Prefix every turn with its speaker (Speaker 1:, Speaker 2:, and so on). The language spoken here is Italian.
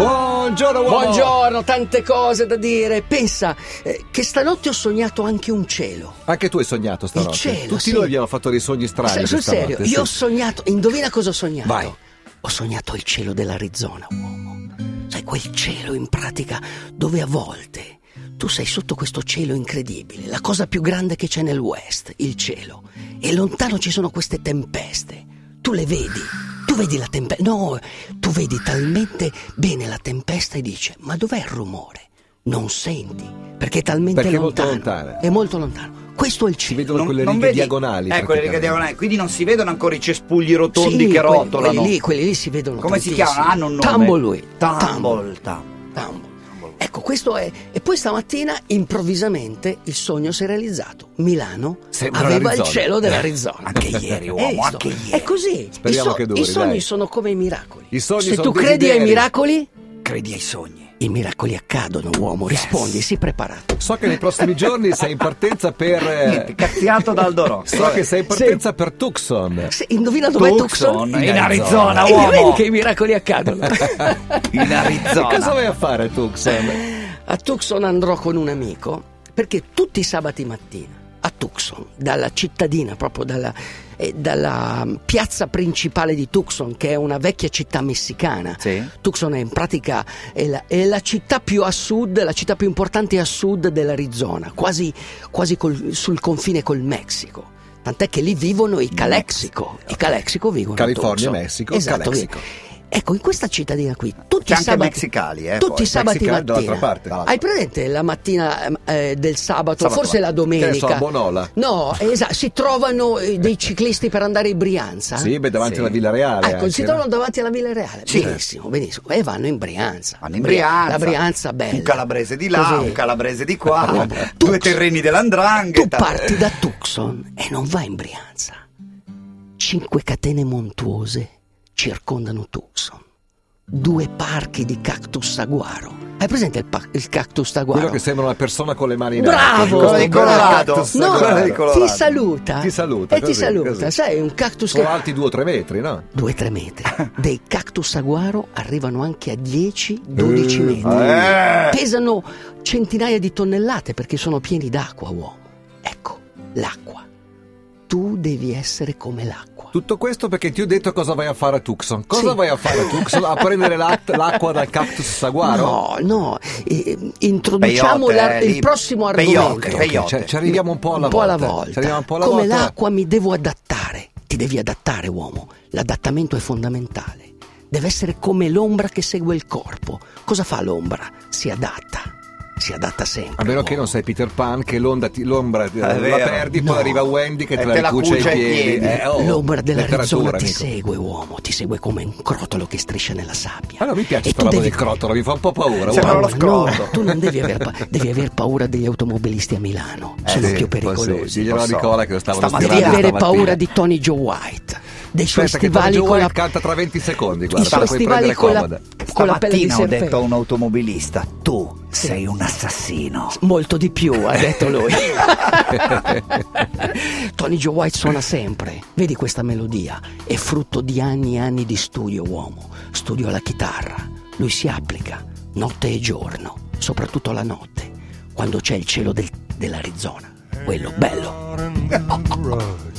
Speaker 1: Buongiorno uomo.
Speaker 2: Buongiorno, tante cose da dire. Pensa eh, che stanotte ho sognato anche un cielo.
Speaker 1: Anche tu hai sognato stanotte.
Speaker 2: Il cielo,
Speaker 1: Tutti
Speaker 2: sì.
Speaker 1: noi abbiamo fatto dei sogni strani.
Speaker 2: Sai, sul
Speaker 1: questa
Speaker 2: serio,
Speaker 1: notte,
Speaker 2: io ho
Speaker 1: sì.
Speaker 2: sognato, indovina cosa ho sognato?
Speaker 1: Vai.
Speaker 2: Ho sognato il cielo dell'Arizona, uomo. Sai, quel cielo in pratica dove a volte tu sei sotto questo cielo incredibile, la cosa più grande che c'è nel West, il cielo. E lontano ci sono queste tempeste. Tu le vedi. Tu vedi la tempesta. No, tu vedi talmente bene la tempesta e dici: Ma dov'è il rumore? Non senti, perché è talmente
Speaker 1: Perché è molto
Speaker 2: lontano.
Speaker 1: lontano.
Speaker 2: È molto lontano. Questo è il
Speaker 1: Si
Speaker 2: cielo.
Speaker 1: vedono quelle righe
Speaker 3: vedi-
Speaker 1: diagonali.
Speaker 3: Eh, quelle righe
Speaker 1: praticamente.
Speaker 3: diagonali. Quindi non si vedono ancora i cespugli rotondi
Speaker 2: Sì,
Speaker 3: che
Speaker 2: quelli-
Speaker 3: rotolano.
Speaker 2: Quelli lì, quelli lì si vedono
Speaker 3: Come si
Speaker 2: tantissimo.
Speaker 3: chiamano? Hanno un nome.
Speaker 2: Tumble lui.
Speaker 3: Tumble. tumble.
Speaker 2: Tumble. Ecco, questo è. E poi stamattina, improvvisamente, il sogno si è realizzato. Milano
Speaker 1: Sembra
Speaker 2: aveva
Speaker 1: l'Arizona.
Speaker 2: il cielo dell'Arizona.
Speaker 3: Eh, Anche ieri,
Speaker 2: Hai
Speaker 3: uomo,
Speaker 2: visto?
Speaker 3: anche ieri.
Speaker 2: È così.
Speaker 1: Speriamo
Speaker 2: I,
Speaker 1: che duri,
Speaker 2: I sogni
Speaker 1: dai.
Speaker 2: sono come i miracoli.
Speaker 1: I sogni
Speaker 2: Se
Speaker 1: sono
Speaker 2: tu credi ai
Speaker 1: desideri.
Speaker 2: miracoli,
Speaker 3: Credi ai sogni.
Speaker 2: i miracoli accadono, uomo. Rispondi, sii preparato.
Speaker 1: So che nei prossimi giorni sei in partenza per. eh,
Speaker 3: Niente, cazziato da Aldo Rock.
Speaker 1: So che sei in partenza per Tucson.
Speaker 2: Se, indovina dov'è
Speaker 3: Tucson,
Speaker 2: Tucson?
Speaker 3: in Arizona,
Speaker 2: E vedi
Speaker 3: uomo.
Speaker 2: che i miracoli accadono.
Speaker 3: In Arizona.
Speaker 1: Cosa vai a fare a Tucson?
Speaker 2: A Tucson andrò con un amico perché tutti i sabati mattina a Tucson, dalla cittadina, proprio dalla, eh, dalla mm, piazza principale di Tucson, che è una vecchia città messicana.
Speaker 3: Sì.
Speaker 2: Tucson è in pratica è la, è la città più a sud, la città più importante a sud dell'Arizona, quasi, quasi col- sul confine col Messico. Tant'è che lì vivono i Calexico. I Calexico vivono. a
Speaker 1: California,
Speaker 2: Tucson.
Speaker 1: Messico,
Speaker 2: esatto,
Speaker 1: Calexico.
Speaker 2: vi- Ecco, in questa cittadina qui, tutti
Speaker 3: C'è
Speaker 2: i
Speaker 3: anche
Speaker 2: sabati,
Speaker 3: Mexicali, eh,
Speaker 2: tutti
Speaker 3: poi.
Speaker 2: i sabati
Speaker 1: Mexicali dall'altra
Speaker 2: mattina.
Speaker 1: parte.
Speaker 2: Hai presente la mattina ehm, eh, del sabato,
Speaker 1: Sabato
Speaker 2: forse la
Speaker 1: mattina. Che ne so, boh.
Speaker 2: domenica?
Speaker 1: a Bonola.
Speaker 2: No, esatto, si trovano eh, dei ciclisti per andare in Brianza.
Speaker 1: Sì, beh, davanti
Speaker 3: Ah, Sì. Ah,
Speaker 1: alla Villa Reale.
Speaker 2: Ecco,
Speaker 1: anche,
Speaker 2: si
Speaker 1: no?
Speaker 2: trovano davanti alla Villa Reale.
Speaker 3: Sì.
Speaker 2: Benissimo, benissimo. E vanno in Brianza.
Speaker 3: Vanno in Brianza.
Speaker 2: La Brianza bella.
Speaker 3: Un calabrese di là,
Speaker 2: Così.
Speaker 3: un calabrese di qua,
Speaker 2: Vabbè.
Speaker 3: due
Speaker 2: Tu-
Speaker 3: terreni dell'andrangheta.
Speaker 2: Tu parti da Tucson e non vai in Brianza. Cinque catene montuose circondano Tucson. Due parchi di cactus saguaro. Hai presente il, pa- il cactus saguaro?
Speaker 1: Quello che sembra una persona con le mani in
Speaker 2: Bravo!
Speaker 1: alto.
Speaker 3: Quello di Colorado.
Speaker 1: Cactus,
Speaker 2: No,
Speaker 1: quello di
Speaker 3: Colorado.
Speaker 2: ti saluta.
Speaker 1: Ti saluta,
Speaker 2: E
Speaker 1: così,
Speaker 2: ti saluta.
Speaker 1: così.
Speaker 2: Sai, un cactus
Speaker 1: Sono
Speaker 2: che...
Speaker 1: alti due o tre metri, no?
Speaker 2: 2-3 metri. Dei cactus saguaro arrivano anche a 10-12
Speaker 1: Eh,
Speaker 2: metri.
Speaker 3: Eh.
Speaker 2: Pesano centinaia di tonnellate perché sono pieni d'acqua, uomo. Ecco, l'acqua. Tu devi essere come l'acqua.
Speaker 1: Tutto questo perché ti ho detto cosa vai a fare a Tucson. Cosa
Speaker 2: Sì.
Speaker 1: vai a fare a Tucson? A prendere l'ac- l'acqua dal cactus saguaro?
Speaker 2: No, no, eh, introduciamo
Speaker 3: Peyote,
Speaker 2: la-
Speaker 3: eh,
Speaker 2: il
Speaker 3: lì.
Speaker 2: prossimo
Speaker 3: Peyote,
Speaker 2: argomento.
Speaker 1: Ok,
Speaker 3: peyote.
Speaker 1: cioè, ci- ci arriviamo un po' alla
Speaker 2: un
Speaker 1: volta.
Speaker 2: Po alla volta.
Speaker 1: Ci arriviamo un po' alla
Speaker 2: Come
Speaker 1: volta.
Speaker 2: l'acqua mi devo adattare. Ti devi adattare, uomo. L'adattamento è fondamentale. Deve essere come l'ombra che segue il corpo. Cosa fa l'ombra? Si adatta. Si adatta sempre.
Speaker 1: A meno che
Speaker 2: uomo.
Speaker 1: non sei Peter Pan, che l'onda ti, l'ombra ti-
Speaker 3: È
Speaker 1: la
Speaker 3: vero.
Speaker 1: perdi,
Speaker 2: No.
Speaker 1: poi arriva Wendy che
Speaker 3: E
Speaker 1: te
Speaker 3: te
Speaker 1: la
Speaker 3: la
Speaker 1: ricuce ai
Speaker 3: cuce ai
Speaker 1: piedi.
Speaker 3: piedi.
Speaker 1: Eh, oh,
Speaker 2: L'ombra dell'Arizona
Speaker 1: letteratura,
Speaker 2: ti
Speaker 1: amico.
Speaker 2: segue, uomo, ti segue come un crotolo che striscia nella sabbia.
Speaker 1: Allora Ah, mi piace
Speaker 2: E
Speaker 1: questa
Speaker 2: tu
Speaker 1: roba
Speaker 2: devi-
Speaker 1: del crotolo, mi fa un po' paura.
Speaker 3: Sembra
Speaker 1: guarda.
Speaker 3: lo
Speaker 2: Paola, no,
Speaker 3: scroto.
Speaker 2: tu non devi aver, pa- devi aver paura degli automobilisti a Milano, sono
Speaker 1: Eh sì,
Speaker 2: più
Speaker 1: poi sì,
Speaker 2: pericolosi.
Speaker 1: diglielo a
Speaker 3: posso-
Speaker 1: Nicola che lo stavano
Speaker 3: Stamattina-
Speaker 2: Devi
Speaker 1: stirando
Speaker 2: avere
Speaker 1: stamattina.
Speaker 2: paura di Tony Joe White, dei suoi
Speaker 1: Aspetta che
Speaker 2: stivali
Speaker 1: Tony
Speaker 2: con
Speaker 1: Joe
Speaker 2: la
Speaker 1: canta tra 20 secondi,
Speaker 2: i
Speaker 1: guarda, te
Speaker 2: suoi
Speaker 1: la puoi
Speaker 2: stivali
Speaker 1: prendere
Speaker 2: con la,
Speaker 1: comoda.
Speaker 2: con la pelle di
Speaker 3: Stamattina ho detto a
Speaker 2: serpente.
Speaker 3: un automobilista, tu sei un assassino.
Speaker 2: Molto di più, ha detto lui. Tony Joe White suona sempre. Vedi questa melodia? È frutto di anni e anni di studio, uomo. Studio alla chitarra. Lui si applica notte e giorno, soprattutto la notte, quando c'è il cielo del- dell'Arizona. Quello bello.
Speaker 4: out in the garage.